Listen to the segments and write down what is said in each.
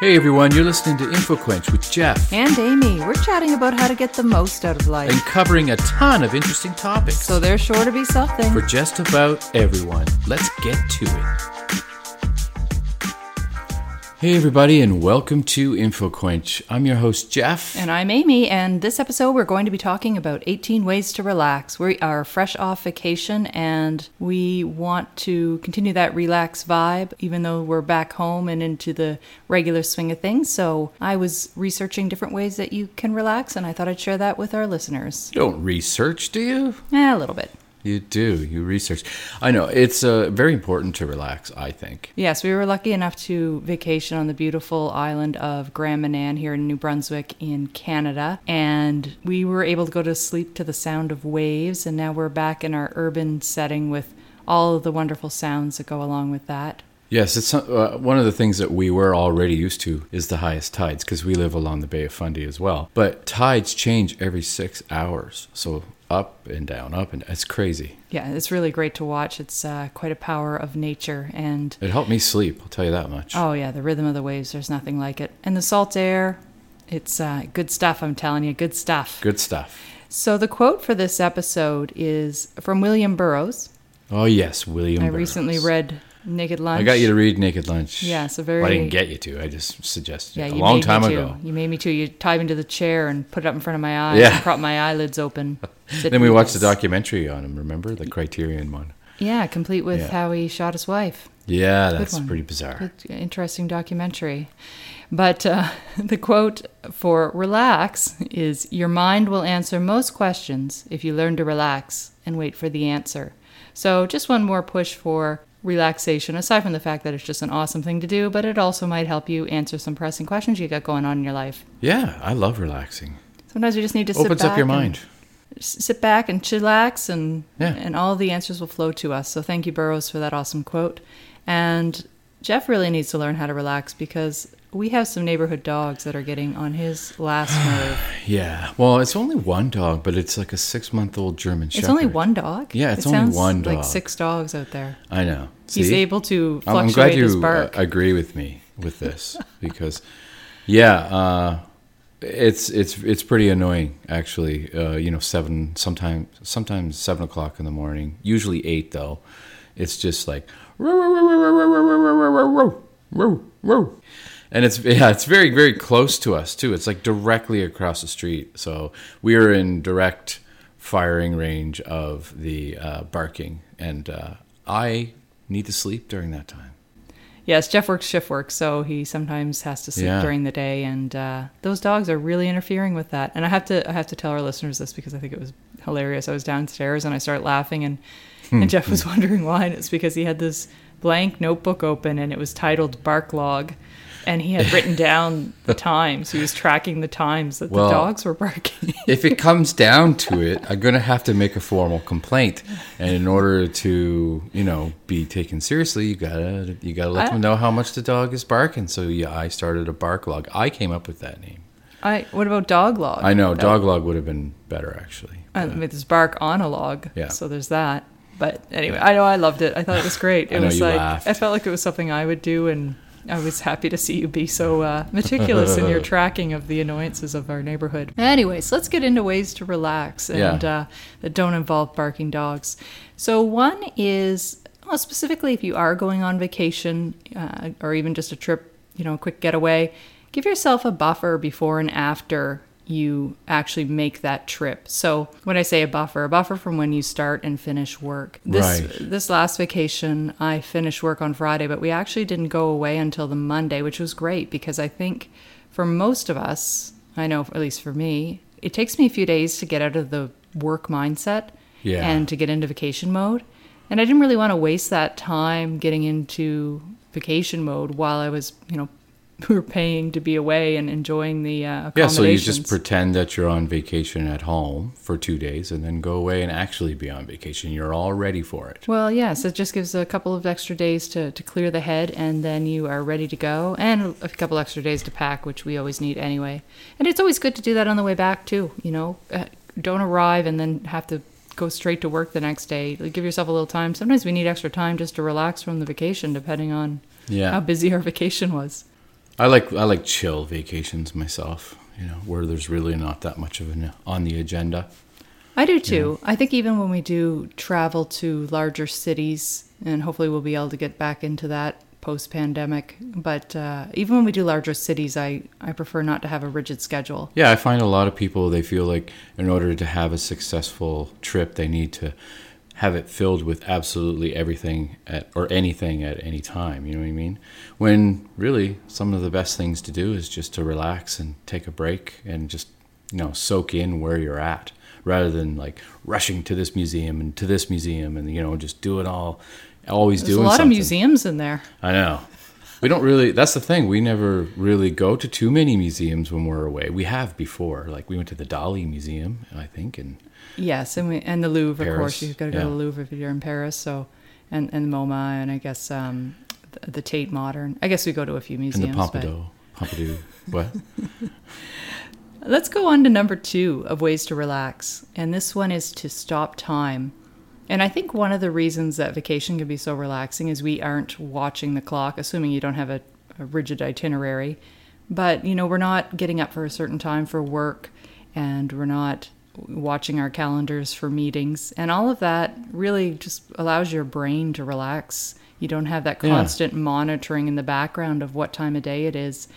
Hey everyone, you're listening to InfoQuench with Jeff And Amy, we're chatting about how to get the most out of life. and covering a ton of interesting topics So there's sure to be something. for just about everyone. Let's get to it. Hey everybody, and welcome to InfoQuench. I'm your host Jeff. and I'm Amy, and this episode we're going to be talking about 18 ways to relax. We are fresh off vacation and we want to continue that relax vibe, even though we're back home and into the regular swing of things. So I was researching different ways that you can relax, and I thought I'd share that with our listeners. you don't research, do you? Eh, a little bit. You do. You research. I know it's uh, very important to relax. I think. Yes, we were lucky enough to vacation on the beautiful island of Grand Manan here in New Brunswick in Canada. And we were able to go to sleep to the sound of waves. And now we're back in our urban setting with all of the wonderful sounds that go along with that. Yes, it's uh, one of the things that we were already used to is the highest tides because we live along the Bay of Fundy as well. But tides change every six hours, so up and down, up and it's crazy. Yeah, it's really great to watch. It's uh, quite a power of nature. And It helped me sleep. I'll tell you that much. oh, yeah, the rhythm of the waves, there's nothing like it. And the salt air, it's uh, good stuff, I'm telling you, good stuff. Good stuff. So the quote for this episode is from William Burroughs. Oh yes, William. I recently Burroughs. read Naked Lunch. I got you to read Naked Lunch. Yeah, so Well, I very- didn't get you to. I just suggested yeah, it a you long made time me ago. Too. You made me too. You tie me into the chair and put it up in front of my eyes Yeah. and prop my eyelids open. Sit Then we and watched the relax. documentary on him. Remember the Criterion one? Yeah, complete with Yeah. how he shot his wife. Yeah, that's one. pretty bizarre. Good, interesting documentary. But uh, the quote for relax is Your mind will answer most questions if you learn to relax and wait for the answer. So, just one more push for relaxation, aside from the fact that it's just an awesome thing to do, but it also might help you answer some pressing questions you got going on in your life. Yeah, I love relaxing. Sometimes you just need to sit Opens up your back and- mind. s- sit back and chillax and Yeah. and all the answers will flow to us. So thank you Burroughs for that awesome quote. And Jeff really needs to learn how to relax because we have some neighborhood dogs that are getting on his last nerve. Yeah. Well, it's only one dog, but it's like a six month old German Shepherd. It's only one dog. Yeah, it's it only sounds one Like dog. six dogs out there. I know. He's See? able to I'm, fluctuate I'm glad his you uh, bark. agree with me with this because, yeah, uh, it's it's it's pretty annoying actually. Uh, you know, seven sometimes sometimes seven o'clock in the morning. Usually eight though. It's just like and it's yeah, it's very very close to us too. It's like directly across the street. So we are in direct firing range of the uh, barking, and uh, I need to sleep during that time. yes, Jeff works shift work, so he sometimes has to sleep Yeah. during the day, and uh, those dogs are really interfering with that. And I have to I have to tell our listeners this because I think it was hilarious. I was downstairs and I started laughing, and Hmm. and Jeff was wondering why, and it's because he had this blank notebook open and it was titled Bark Log. And he had written down the times. He was tracking the times that Well- the dogs were barking. if it comes down to it, I'm going to have to make a formal complaint. And in order to, you know, be taken seriously, you got to you got to let I- them know how much the dog is barking. So yeah, I started a bark log. I came up with that name. I, what about dog log? I know dog log would have been better actually. I mean, there's bark on a log. Yeah. So there's that. But anyway, I know I loved it. I thought it was great. I It know was you like laughed. I felt like it was something I would do, and I was happy to see you be so uh, meticulous in your tracking of the annoyances of our neighborhood. Anyways, let's get into ways to relax and Yeah. uh, that don't involve barking dogs. So one is well, specifically if you are going on vacation uh, or even just a trip, you know, a quick getaway, give yourself a buffer before and after you actually make that trip. So when I say a buffer, a buffer from when you start and finish work. This Right. this last vacation, I finished work on Friday, but we actually didn't go away until the Monday, which was great because I think for most of us, I know at least for me, it takes me a few days to get out of the work mindset Yeah. and to get into vacation mode. And I didn't really want to waste that time getting into vacation mode while I was, you know, we were paying to be away and enjoying the uh, Yeah, so you accommodations. just pretend that you're on vacation at home for 2 days and then go away and actually be on vacation. You're all ready for it. Well, yes, it just gives a couple of extra days to, to clear the head, and then you are ready to go, and a couple extra days to pack, which we always need anyway. And it's always good to do that on the way back, too, you know? Uh, don't arrive and then have to go straight to work the next day. Like, give yourself a little time. Sometimes we need extra time just to relax from the vacation, depending on Yeah. how busy our vacation was. I like I like chill vacations myself. You know, where there's really not that much of an on the agenda. I do too. I think even when we do travel to larger cities, and hopefully we'll be able to get back into that post pandemic, but uh, even when we do larger cities, I, I prefer not to have a rigid schedule. Yeah, I find a lot of people they feel like in order to have a successful trip, they need to have it filled with absolutely everything at or anything at any time. You know what I mean? When really some of the best things to do is just to relax and take a break and just you know soak in where you're at rather than like rushing to this museum and to this museum and you know just do it all always There's a doing lot of something. museums in there. I know. We don't really. That's the thing. We never really go to too many museums when we're away. We have before. Like we went to the Dali Museum, I think, and Yes, and we, and the Louvre, of course. Paris, You've got to go to yeah. the Louvre if you're in Paris. So, and and the MoMA, and I guess um, the, the Tate Modern. I guess we go to a few and museums. the but- Pompidou. Pompidou. What? Let's go on to number two of ways to relax. And this one is to stop time. And I think one of the reasons that vacation can be so relaxing is we aren't watching the clock, assuming you don't have a, a rigid itinerary. But, you know, we're not getting up for a certain time for work and we're not watching our calendars for meetings. And all of that really just allows your brain to relax. You don't have that Yeah. constant monitoring in the background of what time of day it is.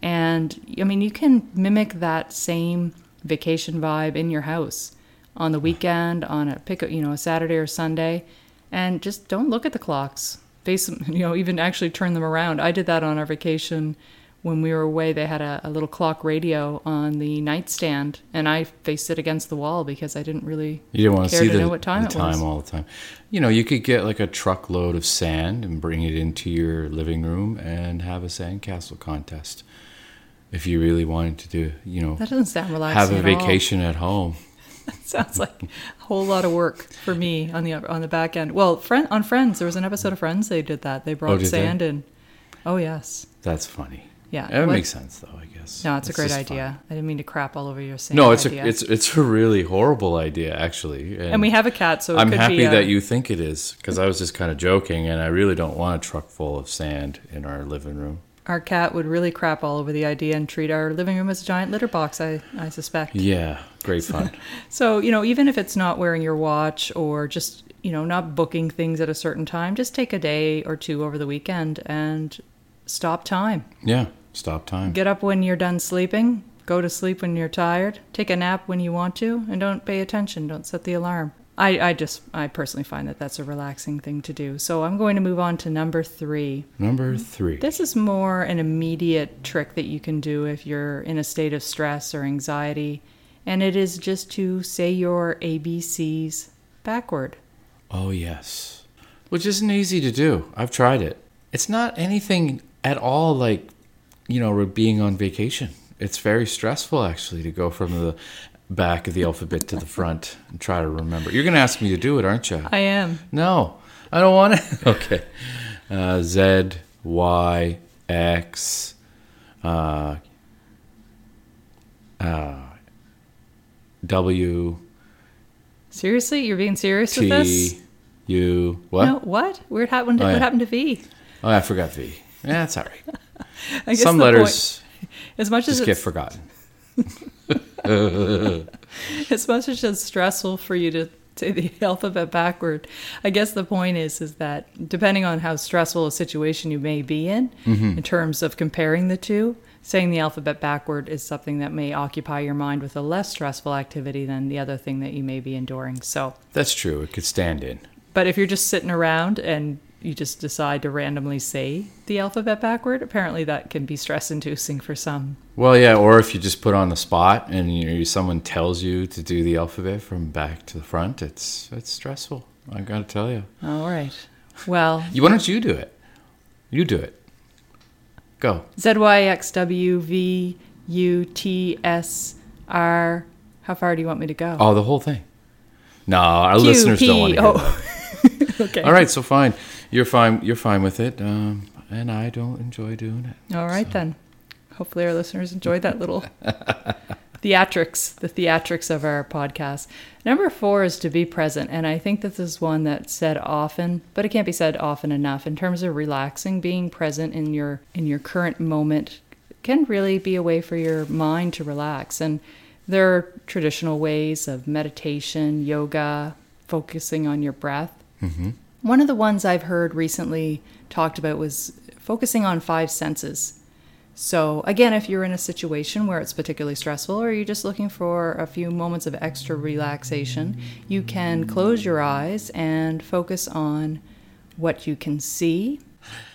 And I mean, you can mimic that same vacation vibe in your house on the weekend, on a pick, you know, a Saturday or Sunday, and just don't look at the clocks. Face them, you know, even actually turn them around. I did that on our vacation when we were away. They had a, a little clock radio on the nightstand, and I faced it against the wall because I didn't really You didn't want to care see to the know what time the it was. time all the time. You know, you could get like a truckload of sand and bring it into your living room and have a sandcastle contest if you really wanted to do. You know, That doesn't sound have relaxing. a at all. vacation at home. Sounds like a whole lot of work for me on the on the back end. Well, friend on Friends, there was an episode of Friends they did that. They did brought they? sand in. Oh yes, That's funny. yeah. It Uh, What- makes sense though, I guess. No, it's, a great just fun. idea. I didn't mean to crap all over your sand. No, it's idea. a it's it's a really horrible idea, actually. And, and we have a cat, so it I'm could happy be uh, a, that you think it is because I was just kind of joking, and I really don't want a truck full of sand in our living room. our cat would really crap all over the idea and treat our living room as a giant litter box. I I suspect. Yeah, great fun. So, you know, even if it's not wearing your watch or just, you know, not booking things at a certain time, just take a day or two over the weekend and stop time. yeah, stop time. Get up when you're done sleeping, go to sleep when you're tired, take a nap when you want to, and don't pay attention. Don't set the alarm. I, I just, I personally find that that's a relaxing thing to do. So I'm going to move on to number three. Number three. This is more an immediate trick that you can do if you're in a state of stress or anxiety, and it is just to say your ABCs backward. Oh yes, which isn't easy to do. I've tried it. It's not anything at all like you know being on vacation. It's very stressful actually to go from the back of the alphabet to the front and try to remember. You're going to ask me to do it, aren't you? I am. No, I don't want it. okay. Uh, Z, Y, X. Uh, uh, w, Seriously? You're being serious with T, this? U. What? No, what? Weird happened to, Oh, yeah. what happened to V? Oh, I forgot V. Yeah, that's all right. I guess Some the point- letters as much as just get it's, forgotten. as much as it's stressful for you to say the alphabet backward, I guess the point is is that depending on how stressful a situation you may be in, in terms of comparing the two, saying the alphabet backward is something that may occupy your mind with a less stressful activity than the other thing that you may be enduring. So, That's true. It could stand in. but if you're just sitting around and you just decide to randomly say the alphabet backward, apparently that can be stress inducing for some. Well, yeah, or if you just put on the spot and you know, someone tells you to do the alphabet from back to the front, it's it's stressful. I gotta tell you. All right. Well, You, why don't you do it? You do it. Go. ZYXWVUTSR. How far do you want me to go? Oh, the whole thing. No, our Q, listeners don't P, want to hear that. oh. okay. All right, so fine. You're fine. You're fine with it. Um, and I don't enjoy doing it. All right then. Hopefully our listeners enjoyed that little theatrics, the theatrics of our podcast. Number four is to be present. And I think this is one that's said often, but it can't be said often enough in terms of relaxing, being present in your in your current moment can really be a way for your mind to relax. And there are traditional ways of meditation, yoga, focusing on your breath. hmm One of the ones I've heard recently talked about was focusing on five senses. So, again, if you're in a situation where it's particularly stressful or you're just looking for a few moments of extra relaxation, you can close your eyes and focus on what you can see.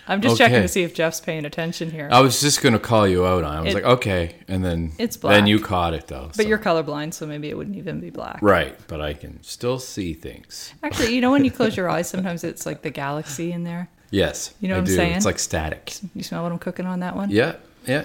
I'm just checking Okay. Uh, to see if Jeff's paying attention here. I was just gonna call you out on. it. I was It- like, okay, and then It's Then black. you caught it though. but so- you're colorblind, so maybe it wouldn't even be black. right. But I can still see things. Actually, you know when you close your eyes, sometimes it's like the galaxy in there. Yes, You know I what I'm do. saying? It's like static. You smell what I'm cooking on that one? Yeah, yeah.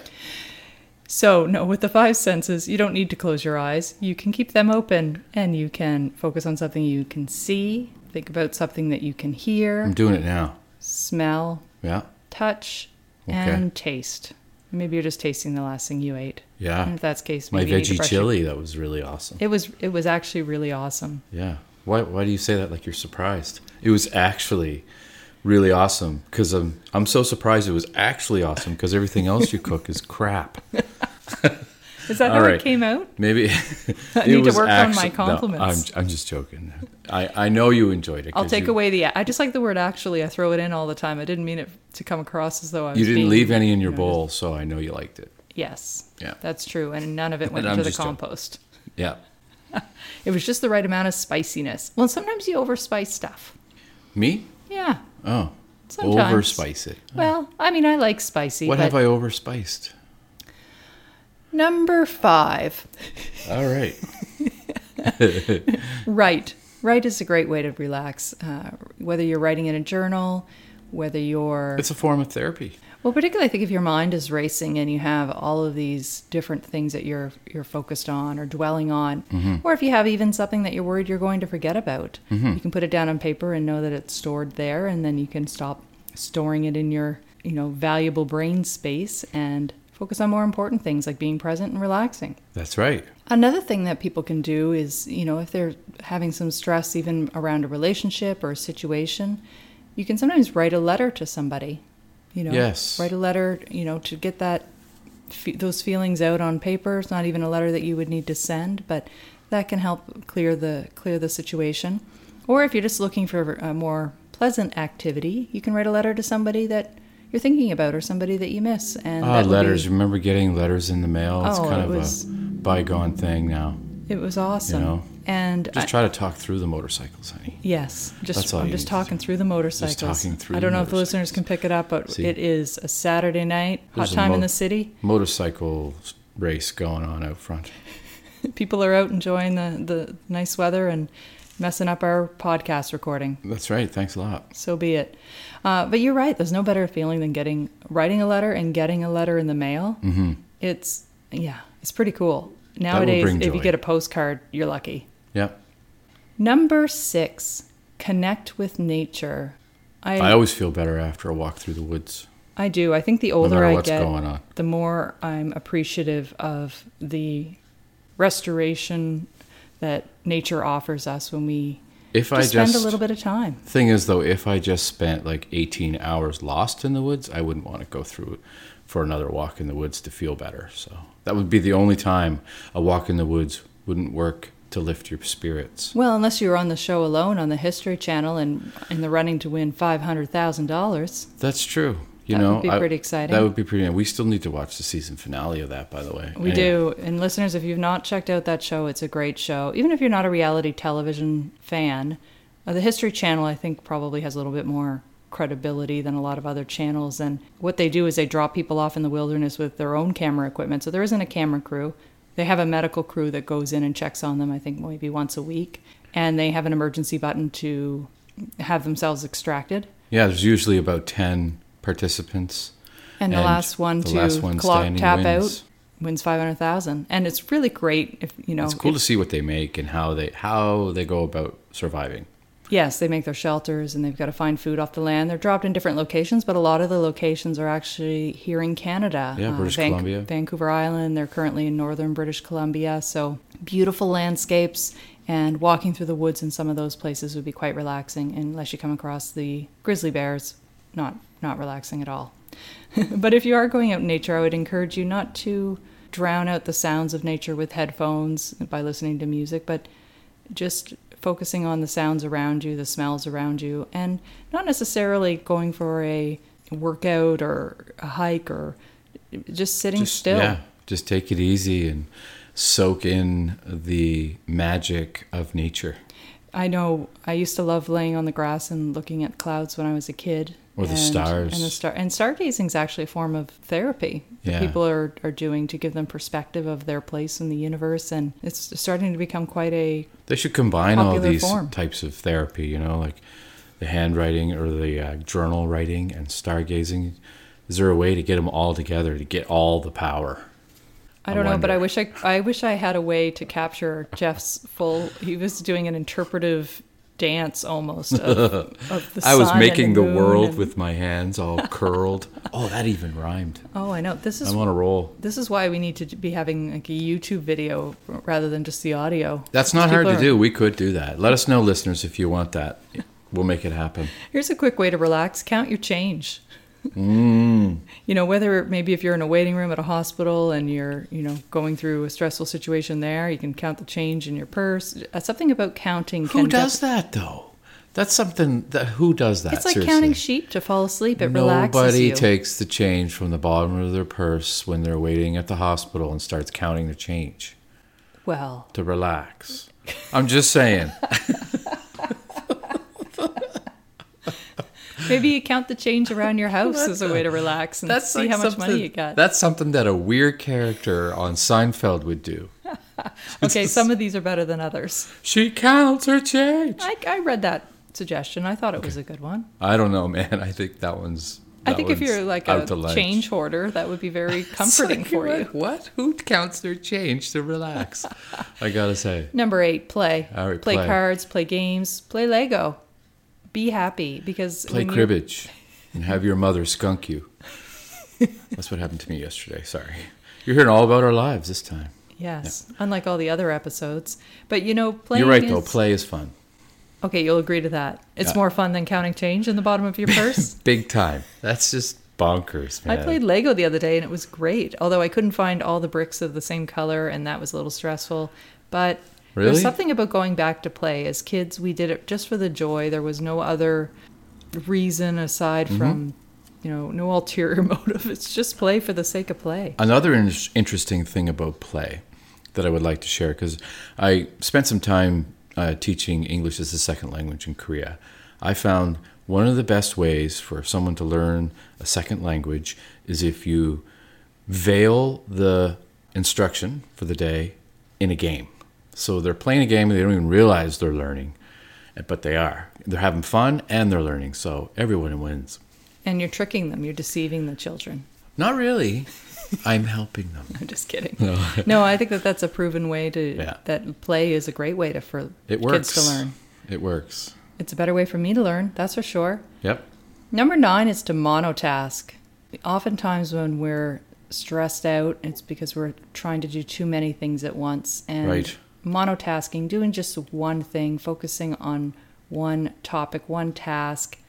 So, no, with the five senses, you don't need to close your eyes. You can keep them open and you can focus on something you can see, think about something that you can hear, I'm doing it now. smell, Yeah, touch, Okay. and taste. Maybe you're just tasting the last thing you ate. And yeah. if that's the case, My maybe you need to veggie brush your- chili that was really awesome. It was it was actually really awesome. Yeah. Why why do you say that like you're surprised? It was actually really awesome cuz I'm I'm so surprised it was actually awesome cuz everything else you cook is crap. Is that All how right. it came out? Maybe I it need to was work on my actu- compliments. No, I'm I'm just joking. I I know you enjoyed it. I'll 'cause take you, away the I just like the word actually. I throw it in all the time. I didn't mean it to come across as though I was You didn't being- leave any in your you know, bowl, so I know you liked it. Yes. Yeah. That's true. And none of it went I'm into the just joking. compost. Yeah. It was just the right amount of spiciness. Well, sometimes you overspice stuff. Me? Yeah, Oh. sometimes. Overspice it. Well, I mean, I like spicy. What but have I overspiced? Number five. All right. Write. Write is a great way to relax. Uh, whether you're writing in a journal, whether you're It's a form of therapy. well, particularly I think if your mind is racing and you have all of these different things that you're you're focused on or dwelling on, or if you have even something that you're worried you're going to forget about, you can put it down on paper and know that it's stored there, and then you can stop storing it in your you know valuable brain space and focus on more important things like being present and relaxing. That's right. Another thing that people can do is, you know, if they're having some stress even around a relationship or a situation, you can sometimes write a letter to somebody. You know, Yes. write a letter, you know, to get that fe- those feelings out on paper. It's not even a letter that you would need to send, but that can help clear the clear the situation. Or if you're just looking for a more pleasant activity, you can write a letter to somebody that you're thinking about or somebody that you miss and Ah, that would be- letters. Remember getting letters in the mail? It's Oh, kind it of was- a bygone thing now. it was awesome. know, and Just I- try to talk through the motorcycles, honey. Yes, just That's all I'm you need just to talking through the motorcycles. talking through I don't the know if the listeners motorcycles. can pick it up, but See? it is a Saturday night, There's hot a time in mo- the city. Motorcycle race going on out front. People are out enjoying the the nice weather and messing up our podcast recording. That's right. Thanks a lot. So be it. Uh, but you're right. There's no better feeling than getting writing a letter and getting a letter in the mail. Mm-hmm. It's yeah, it's pretty cool. Nowadays, bring if you joy. get a postcard, you're lucky. Yep. Number six, connect with nature. I always feel better after a walk through the woods, I do. I think the no older matter I what's get, going on. the more I'm appreciative of the restoration that nature offers us when we If just I just spend a little bit of time. thing is though, if I just spent like 18 hours lost in the woods, I wouldn't want to go through it for another walk in the woods to feel better. So that would be the only time a walk in the woods wouldn't work to lift your spirits. Well, unless you were on the show alone on the History Channel and in the running to win five hundred thousand dollars. That's true. You That would know, be pretty exciting. That would be pretty. We still need to watch the season finale of that, by the way. We do. And listeners, if you've not checked out that show, it's a great show. Even if you're not a reality television fan, uh, the History Channel, I think, probably has a little bit more credibility than a lot of other channels. And what they do is they drop people off in the wilderness with their own camera equipment. So there isn't a camera crew. They have a medical crew that goes in and checks on them, I think, maybe once a week. And they have an emergency button to have themselves extracted. Yeah, there's usually about ten participants. And the And last one the to last one clock standing tap wins. out wins 500,000 and it's really great if you know It's cool if- to see what they make and how they how they go about surviving. Yes, they make their shelters and they've got to find food off the land. They're dropped in different locations, but a lot of the locations are actually here in Canada. uh, Yeah, British Columbia. Vancouver Island. They're currently in northern British Columbia. So beautiful landscapes and walking through the woods in some of those places would be quite relaxing unless you come across the grizzly bears. Not not relaxing at all. but if you are going out in nature, I would encourage you not to drown out the sounds of nature with headphones by listening to music, but just focusing on the sounds around you, the smells around you, and not necessarily going for a workout or a hike or just sitting Just- still. Yeah, just take it easy and soak in the magic of nature I know I used to love laying on the grass and looking at clouds when I was a kid. Or the and, stars. And the star and stargazing is actually a form of therapy that Yeah. people are, are doing to give them perspective of their place in the universe and it's starting to become quite a They should combine all Popular these form. types of therapy, you know, like the handwriting or the uh, journal writing and stargazing. Is there a way to get them all together to get all the power? I I don't know, but I wonder. wish I I wish I had a way to capture Jeff's full he was doing an interpretive dance almost of, of the I was sun and making the, moon world and- with my hands all curled. Oh, that even rhymed. Oh, I know. This is I'm on a roll. this is why we need to be having like a YouTube video rather than just the audio. That's not hard to People are- do. We could do that. Let us know, listeners, if you want that. We'll make it happen. Here's a quick way to relax count your change. Mm. You know, whether maybe if you're in a waiting room at a hospital and you're, you know, going through a stressful situation there, you can count the change in your purse. Uh, something about counting Who can does that though? That's something that who does that? It's like Seriously. counting sheep to fall asleep. It relaxes Nobody you. takes the change from the bottom of their purse when they're waiting at the hospital and starts counting the change well, to relax. I'm just saying. maybe you count the change around your house as a way to relax and see like how much money something- you got. That's something that a weird character on Seinfeld would do. Okay, some of these are better than others. She counts her change. I, I read that suggestion. I thought it was a good one. I don't know, man. I think that one's. I that think if one's you're like out a to lunch. change hoarder, that would be very comforting It's like, for you're you. like, What? Who counts their change to relax? I gotta say. Number eight, play. All right, play, play. cards, play games, play Lego. Be happy because play when you- cribbage and have your mother skunk you. That's what happened to me yesterday. Sorry. You're hearing all about our lives this time. Yes, unlike all the other episodes. But you know, playing. You're right, though. is- Play is fun. Okay, you'll agree to that. It's Yeah. more fun than counting change in the bottom of your purse. Big time. That's just bonkers, I man. played Lego the other day and it was great. Although I couldn't find all the bricks of the same color and that was a little stressful. But Really? there's something about going back to play. As kids, we did it just for the joy. There was no other reason aside Mm-hmm. from, you know, no ulterior motive. It's just play for the sake of play. Another in- interesting thing about play that I would like to share because I spent some time uh, teaching English as a second language in Korea. I found one of the best ways for someone to learn a second language is if you veil the instruction for the day in a game. So they're playing a game and they don't even realize they're learning, but they are. They're having fun and they're learning. So everyone wins. And you're tricking them, you're deceiving the children. Not really. I'm helping them. I'm just kidding. No, I think that that's a proven way to Yeah. that play is a great way to for It works. kids to learn. It works. It's a better way for me to learn, that's for sure. Yep. Number nine is to monotask. Oftentimes, when we're stressed out, it's because we're trying to do too many things at once. And Right. monotasking, doing just one thing, focusing on one topic, one task,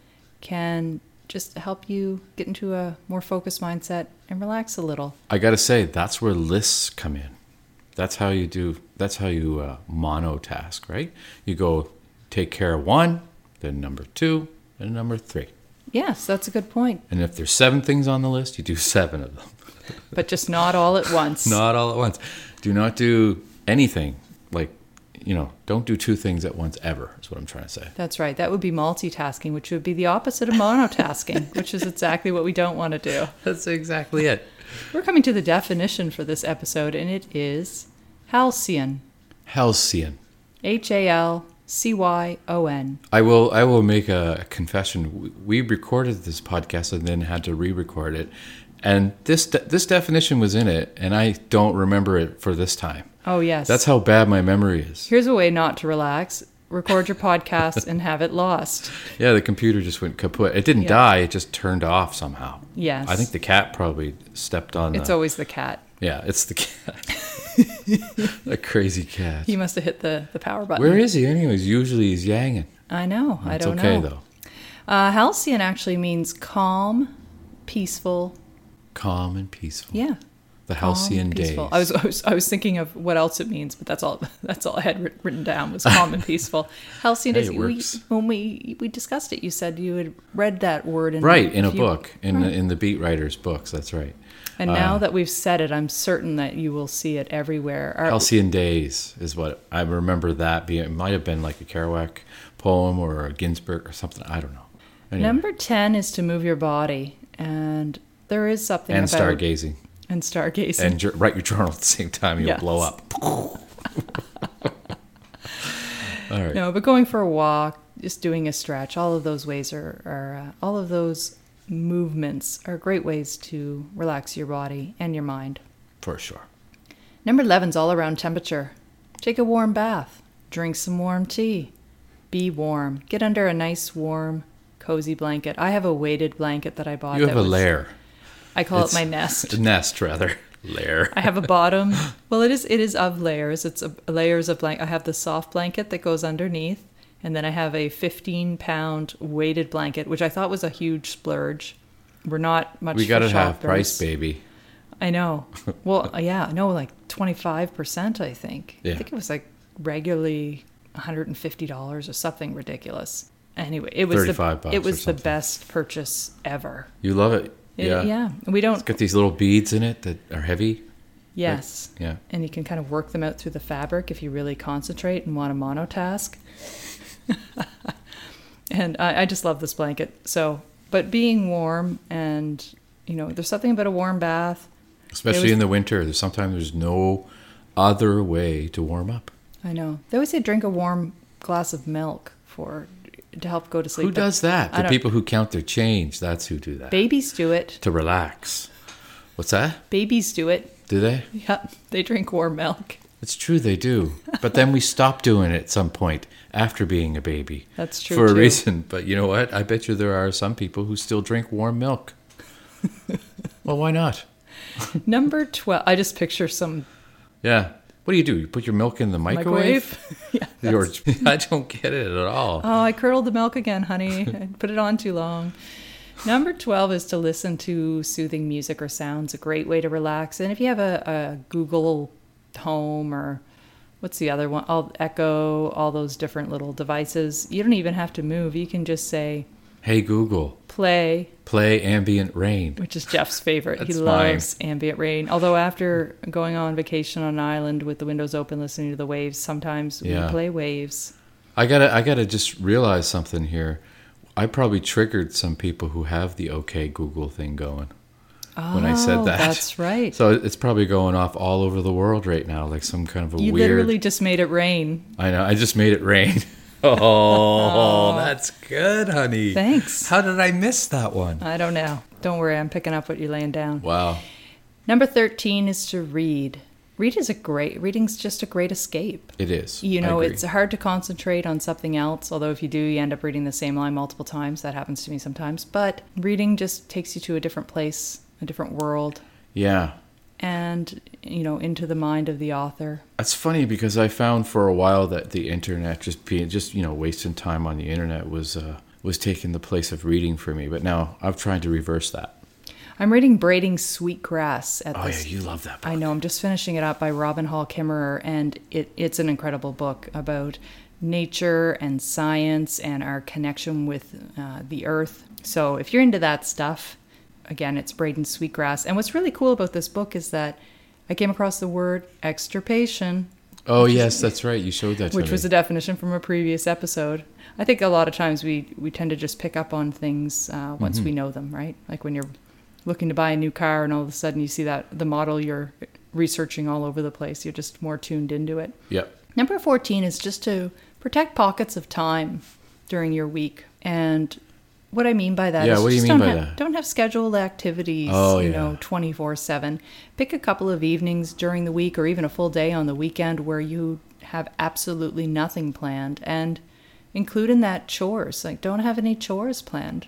can just help you get into a more focused mindset and relax a little. I gotta say that's where lists come in. That's how you do. That's how you uh, monotask, right? You go take care of one, then number two, and number three. Yes, that's a good point, And if there's seven things on the list, you do seven of them, but just not all at once. not all at once. Do not do anything like, you know, don't do two things at once ever. Is what I'm trying to say. That's right. That would be multitasking, which would be the opposite of monotasking, which is exactly what we don't want to do. That's exactly it. We're coming to the definition for this episode, and it is halcyon. Halcyon. H A L C Y O N. I will. I will make a confession. W- We recorded this podcast and then had to re-record it, and this de- this definition was in it, and I don't remember it for this time. Oh, yes. That's how bad my memory is. Here's a way not to relax record your podcast and have it lost. Yeah, the computer just went kaput. It didn't Yeah. die; it just turned off somehow. Yes. I think the cat probably stepped on. it's the, always the cat. yeah, it's the cat. a crazy cat. He must have hit the, the power button. Where is he, anyways? Usually he's yanging. I know. I It's don't okay know. though. Uh, halcyon actually means calm, peaceful. Calm and peaceful. Yeah. The calm, halcyon days. Oh, peaceful. I was, I was I was thinking of what else it means, but that's all that's all I had writ- written down was calm and peaceful. Halcyon Hey, days. it We, works. when we we discussed it, you said you had read that word in right in a few- book Uh, in the, in the beat writers' books. That's right. And now that we've said it, I'm certain that you will see it everywhere. Our- Halcyon days is what I remember that being. It might have been like a Kerouac poem or a Ginsberg or something. I don't know. Anyway, Number ten is to move your body, and there is something and about stargazing and stargazing. and jur- write your journal at the same time. You'll Yes. blow up. All right. No, but going for a walk, just doing a stretch, all of those ways are, are uh, all of those movements are great ways to relax your body and your mind. For sure. Number 11's all around temperature. Take a warm bath, drink some warm tea, be warm, get under a nice, warm, cozy blanket. I have a weighted blanket that I bought. You that have a was- lair. I call it It's- my nest. Nest, rather. Lair. I have a bottom. Well, it is it is of layers. It's a, layers of blanket. I have the soft blanket that goes underneath, and then I have a 15 pound weighted blanket, which I thought was a huge splurge. We're not much. We got for to have shoppers. price, baby. I know. Well, uh, yeah, no, like 25 percent. I think. I Yeah. think it was like regularly 150 dollars or something ridiculous. Anyway, it was 35 the bucks it or was the something. best purchase ever. You love it. It- yeah. yeah. We don't. It's got these little beads in it that are heavy. Yes. Yeah. and you can kind of work them out through the fabric if you really concentrate and want a monotask. and I, I just love this blanket. So, but being warm and you know, there's something about a warm bath. Especially was- in the winter. There's sometimes there's no other way to warm up. I know they always say drink a warm glass of milk for to help go to sleep. Who but does that? I The don't- people who count their change, that's who do that. Babies do it. to relax. What's that? Babies do it. Do they? Yeah, they drink warm milk. It's true they do. But then we stop doing it at some point after being a baby. That's true, For a too. reason. But you know what? I bet you there are some people who still drink warm milk. well, why not? Number twelve. I just picture some Yeah. What do you do? You put your milk in the microwave? microwave. yeah. Your- I don't get it at all. Oh, I curdled the milk again, honey. I put it on too long. Number 12 is to listen to soothing music or sounds, a great way to relax. And if you have a, a Google Home or what's the other one? All Echo, all those different little devices, you don't even have to move. You can just say Hey, Google, play, play ambient rain. which is Jeff's favorite. he That's mine. loves ambient rain. Although, after going on vacation on an island with the windows open, listening to the waves, sometimes Yeah. we play waves. I gotta, I gotta just realize something here. I probably triggered some people who have the OK Google thing going when I Oh, said that. That's right. So it's probably going off all over the world right now, like some kind of a You weird. literally just made it rain. I know. I just made it rain. oh, that's good, honey. Thanks. Uh, How did I miss that one? I don't know. Don't worry, I'm picking up what you're laying down. Wow. Number 13 is to read. Read is a great reading's just a great escape. It is. You I know, agree. it's hard to concentrate on something else, although if you do, you end up reading the same line multiple times. That happens to me sometimes, but reading just takes you to a different place, a different world, yeah. and you know, into the mind of the author. That's funny because I found for a while that the internet just being just you know wasting time on the internet was uh, was taking the place of reading for me. But now I've tried to reverse that. I'm reading Braiding Sweetgrass at Oh yeah, this you love that book. I know. I'm just finishing it up by Robin Hall Kimmerer, and it, it's an incredible book about nature and science and our connection with uh, the earth. So if you're into that stuff, again, it's Braden Sweetgrass. And what's really cool about this book is that I came across the word extirpation, Oh yes, that's right. You showed that to which me. was a definition from a previous episode. I think a lot of times we, we tend to just pick up on things uh, once we know them, right? Like when you're looking to buy a new car and all of a sudden you see that the model you're researching all over the place, you're just more tuned into it. yep. Number 14 is just to protect pockets of time during your week. And what I mean by that Yeah, is what do you just mean don't, by have, that? don't have scheduled activities, Oh, you yeah. know, 24 7. Pick a couple of evenings during the week or even a full day on the weekend where you have absolutely nothing planned and include in that chores. Like, don't have any chores planned.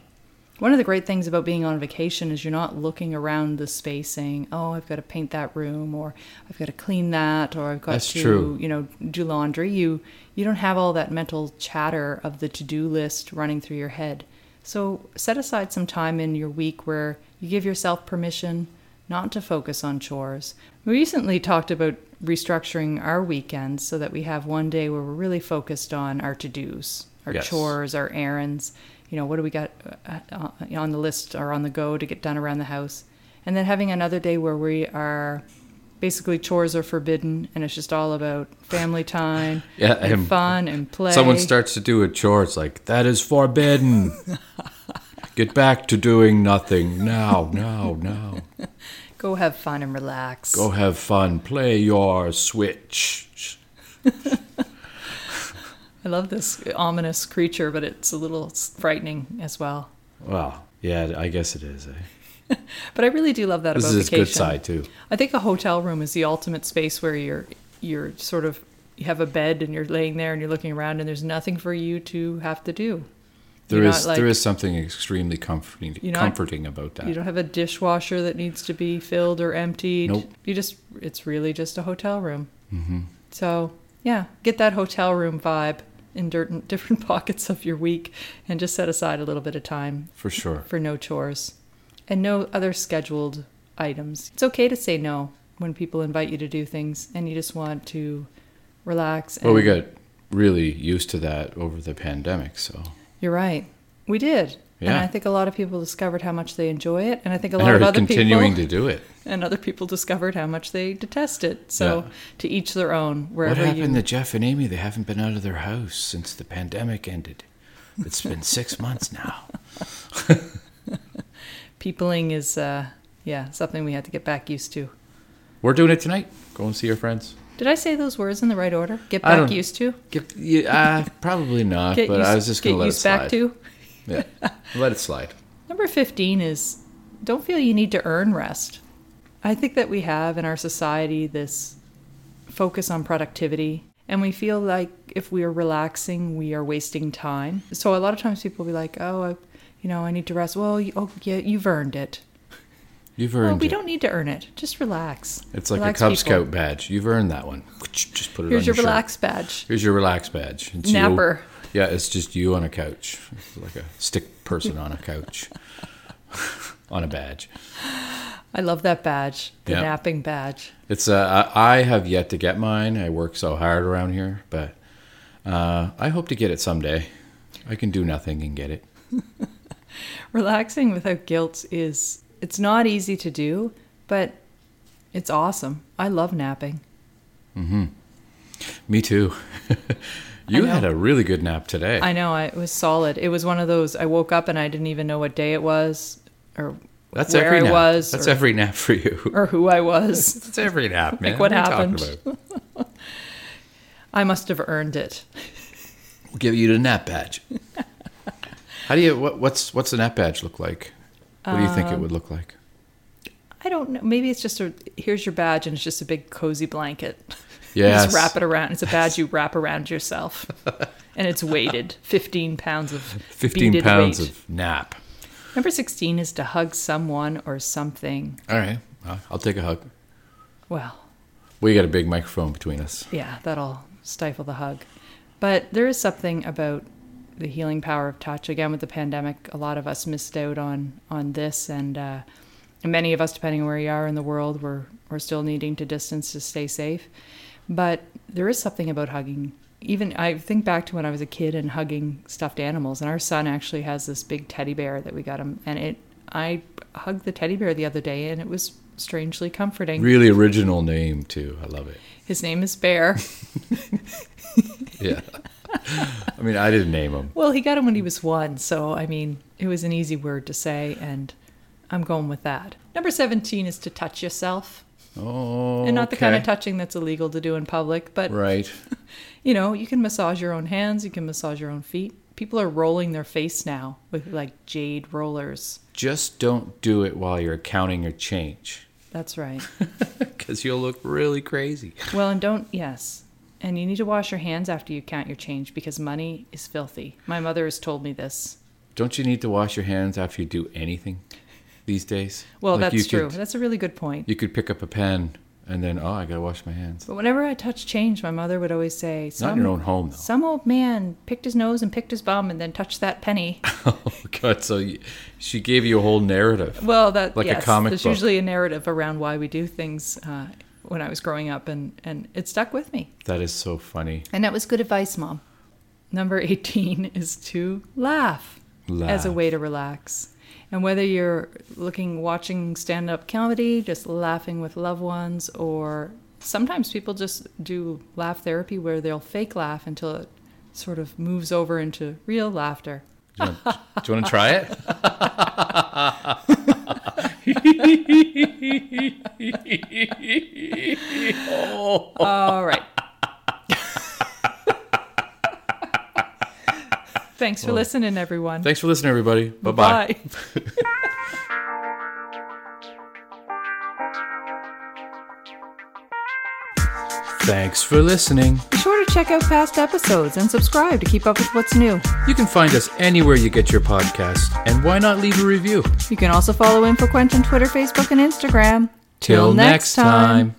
One of the great things about being on vacation is you're not looking around the space saying, "Oh, I've got to paint that room," or "I've got to clean that," or "I've got That's to, true. you know, do laundry." You you don't have all that mental chatter of the to-do list running through your head. So set aside some time in your week where you give yourself permission not to focus on chores. We recently talked about restructuring our weekends so that we have one day where we're really focused on our to-dos, our Yes. chores chores, our errands, you know, what do we got uh, uh, on the list or on the go to get done around the house? And then having another day where we are basically chores are forbidden and it's just all about family time Yeah, and, and fun and play. Someone starts to do a chore, it's like, that is forbidden. Get back to doing nothing now, now, now. Go have fun and relax. Go have fun. Play your Switch. I love this ominous creature, but it's a little frightening as well. Well, yeah, I guess it is. Eh? But I really do love that This about is its vacation. good side, too. I think a hotel room is the ultimate space where you're you're sort of you have a bed and you're laying there and you're looking around and there's nothing for you to have to do. There You're is not, like- there is something extremely comforting You're not- comforting about that. You don't have a dishwasher that needs to be filled or emptied. Nope. You just it's really just a hotel room. Mm-hmm. So yeah, get that hotel room vibe in dirt, different pockets of your week, and just set aside a little bit of time for sure. for no chores and no other scheduled items. It's okay to say no when people invite you to do things and you just want to relax. And Well, we got really used to that over the pandemic, so You're right. We did. And Yeah. I think a lot of people discovered how much they enjoy it, and I think a and lot of are other continuing people to do it. and other people discovered how much they detest it. So Yeah. to each their own. What Wherever happened you to Jeff and Amy? They haven't been out of their house since the pandemic ended. It's been six months now. peopling is, uh, yeah, something we had to get back used to. We're doing it tonight. Go and see your friends. Did I say those words in the right order? Get I back don't- used to. Get, yeah, uh, probably not, Get but used, I was just going get to let it used slide. back to. Yeah, let it slide. Number 15 is don't feel you need to earn rest. I think that we have in our society this focus on productivity, and we feel like if we are relaxing, we are wasting time. So a lot of times people be like, oh, I, you know, I need to rest. Well, you, oh, yeah, you've earned it. You've Well, earned we it. don't need to earn it. Just relax. It's like Relax, a Cub people. Scout badge. You've earned that one. Just put it Here's on your, your shirt. relax badge. Here's your relax badge. It's you. Napper. Yeah, it's just you on a couch, It's like a stick person on a couch, on a badge. I love that badge, the Yeah. napping badge. It's uh, I I have yet to get mine. I work so hard around here, but uh, I hope to get it someday. I can do nothing and get it. relaxing without guilt is it's not easy to do but it's awesome i love napping Me too. you I know. had a really good nap today. i know I, it was solid it was one of those i woke up and i didn't even know what day it was or That's where every i nap. was That's or, every nap for you. or who i was That's every nap, man. what are you talking happened? about? i must have earned it We'll give you the nap badge. How do you? What, what's what's the nap badge look like? What do you think it would look Um, like? i don't know maybe it's just a here's your badge and it's just a big cozy blanket You Yes. just wrap it around it's a badge you wrap around yourself and it's weighted 15 pounds of 15 beaded pounds weight. of nap. number 16 is to hug someone or something All right. Uh, I'll take a hug. well We got a big microphone between us. yeah, that'll stifle the hug. But there is something about the healing power of touch. Again, with the pandemic, a lot of us missed out on on this, and uh, many of us, depending on where you are in the world, we're we're still needing to distance to stay safe. But there is something about hugging. Even I think back to when I was a kid and hugging stuffed animals, and our son actually has this big teddy bear that we got him, and it I hugged the teddy bear the other day, and it was strangely comforting. Really original name, too. I love it. His name is Bear. Yeah. I mean, I didn't name him. Well, he got him when he was one, so I mean, it was an easy word to say, and I'm going with that. Number 17 is to touch yourself, Oh. and not the kind of okay. touching that's illegal to do in public, but Right. you know, you can massage your own hands, you can massage your own feet. People are rolling their face now with like jade rollers. Just don't do it while you're counting your change That's right. because you'll look really crazy. Well, and don't, yes. and you need to wash your hands after you count your change because money is filthy. My mother has told me this. Don't you need to wash your hands after you do anything these days? Well, Like, you that's true. could- that's a really good point. you could pick up a pen and then, oh, I gotta wash my hands. But whenever I touch change, my mother would always say, Not in your own home, though. Some old man picked his nose and picked his bum and then touched that penny. Oh God! So you, she gave you a whole narrative. Well, that Like a yes, comic there's book. usually a narrative around why we do things uh, when I was growing up, and and it stuck with me. That is so funny. And that was good advice, mom. Number 18 is to laugh, as a Laugh. way to relax. And whether you're looking, watching stand up comedy, just laughing with loved ones, or sometimes people just do laugh therapy where they'll fake laugh until it sort of moves over into real laughter. Do you want, do you want to try it? All right. Thanks for listening, everyone. Thanks for listening, everybody. Bye bye. Bye. Thanks for listening. Be sure to check out past episodes and subscribe to keep up with what's new. You can find us anywhere you get your podcast, and why not leave a review? You can also follow InfoQuench on Twitter, Facebook, and Instagram. Till next time.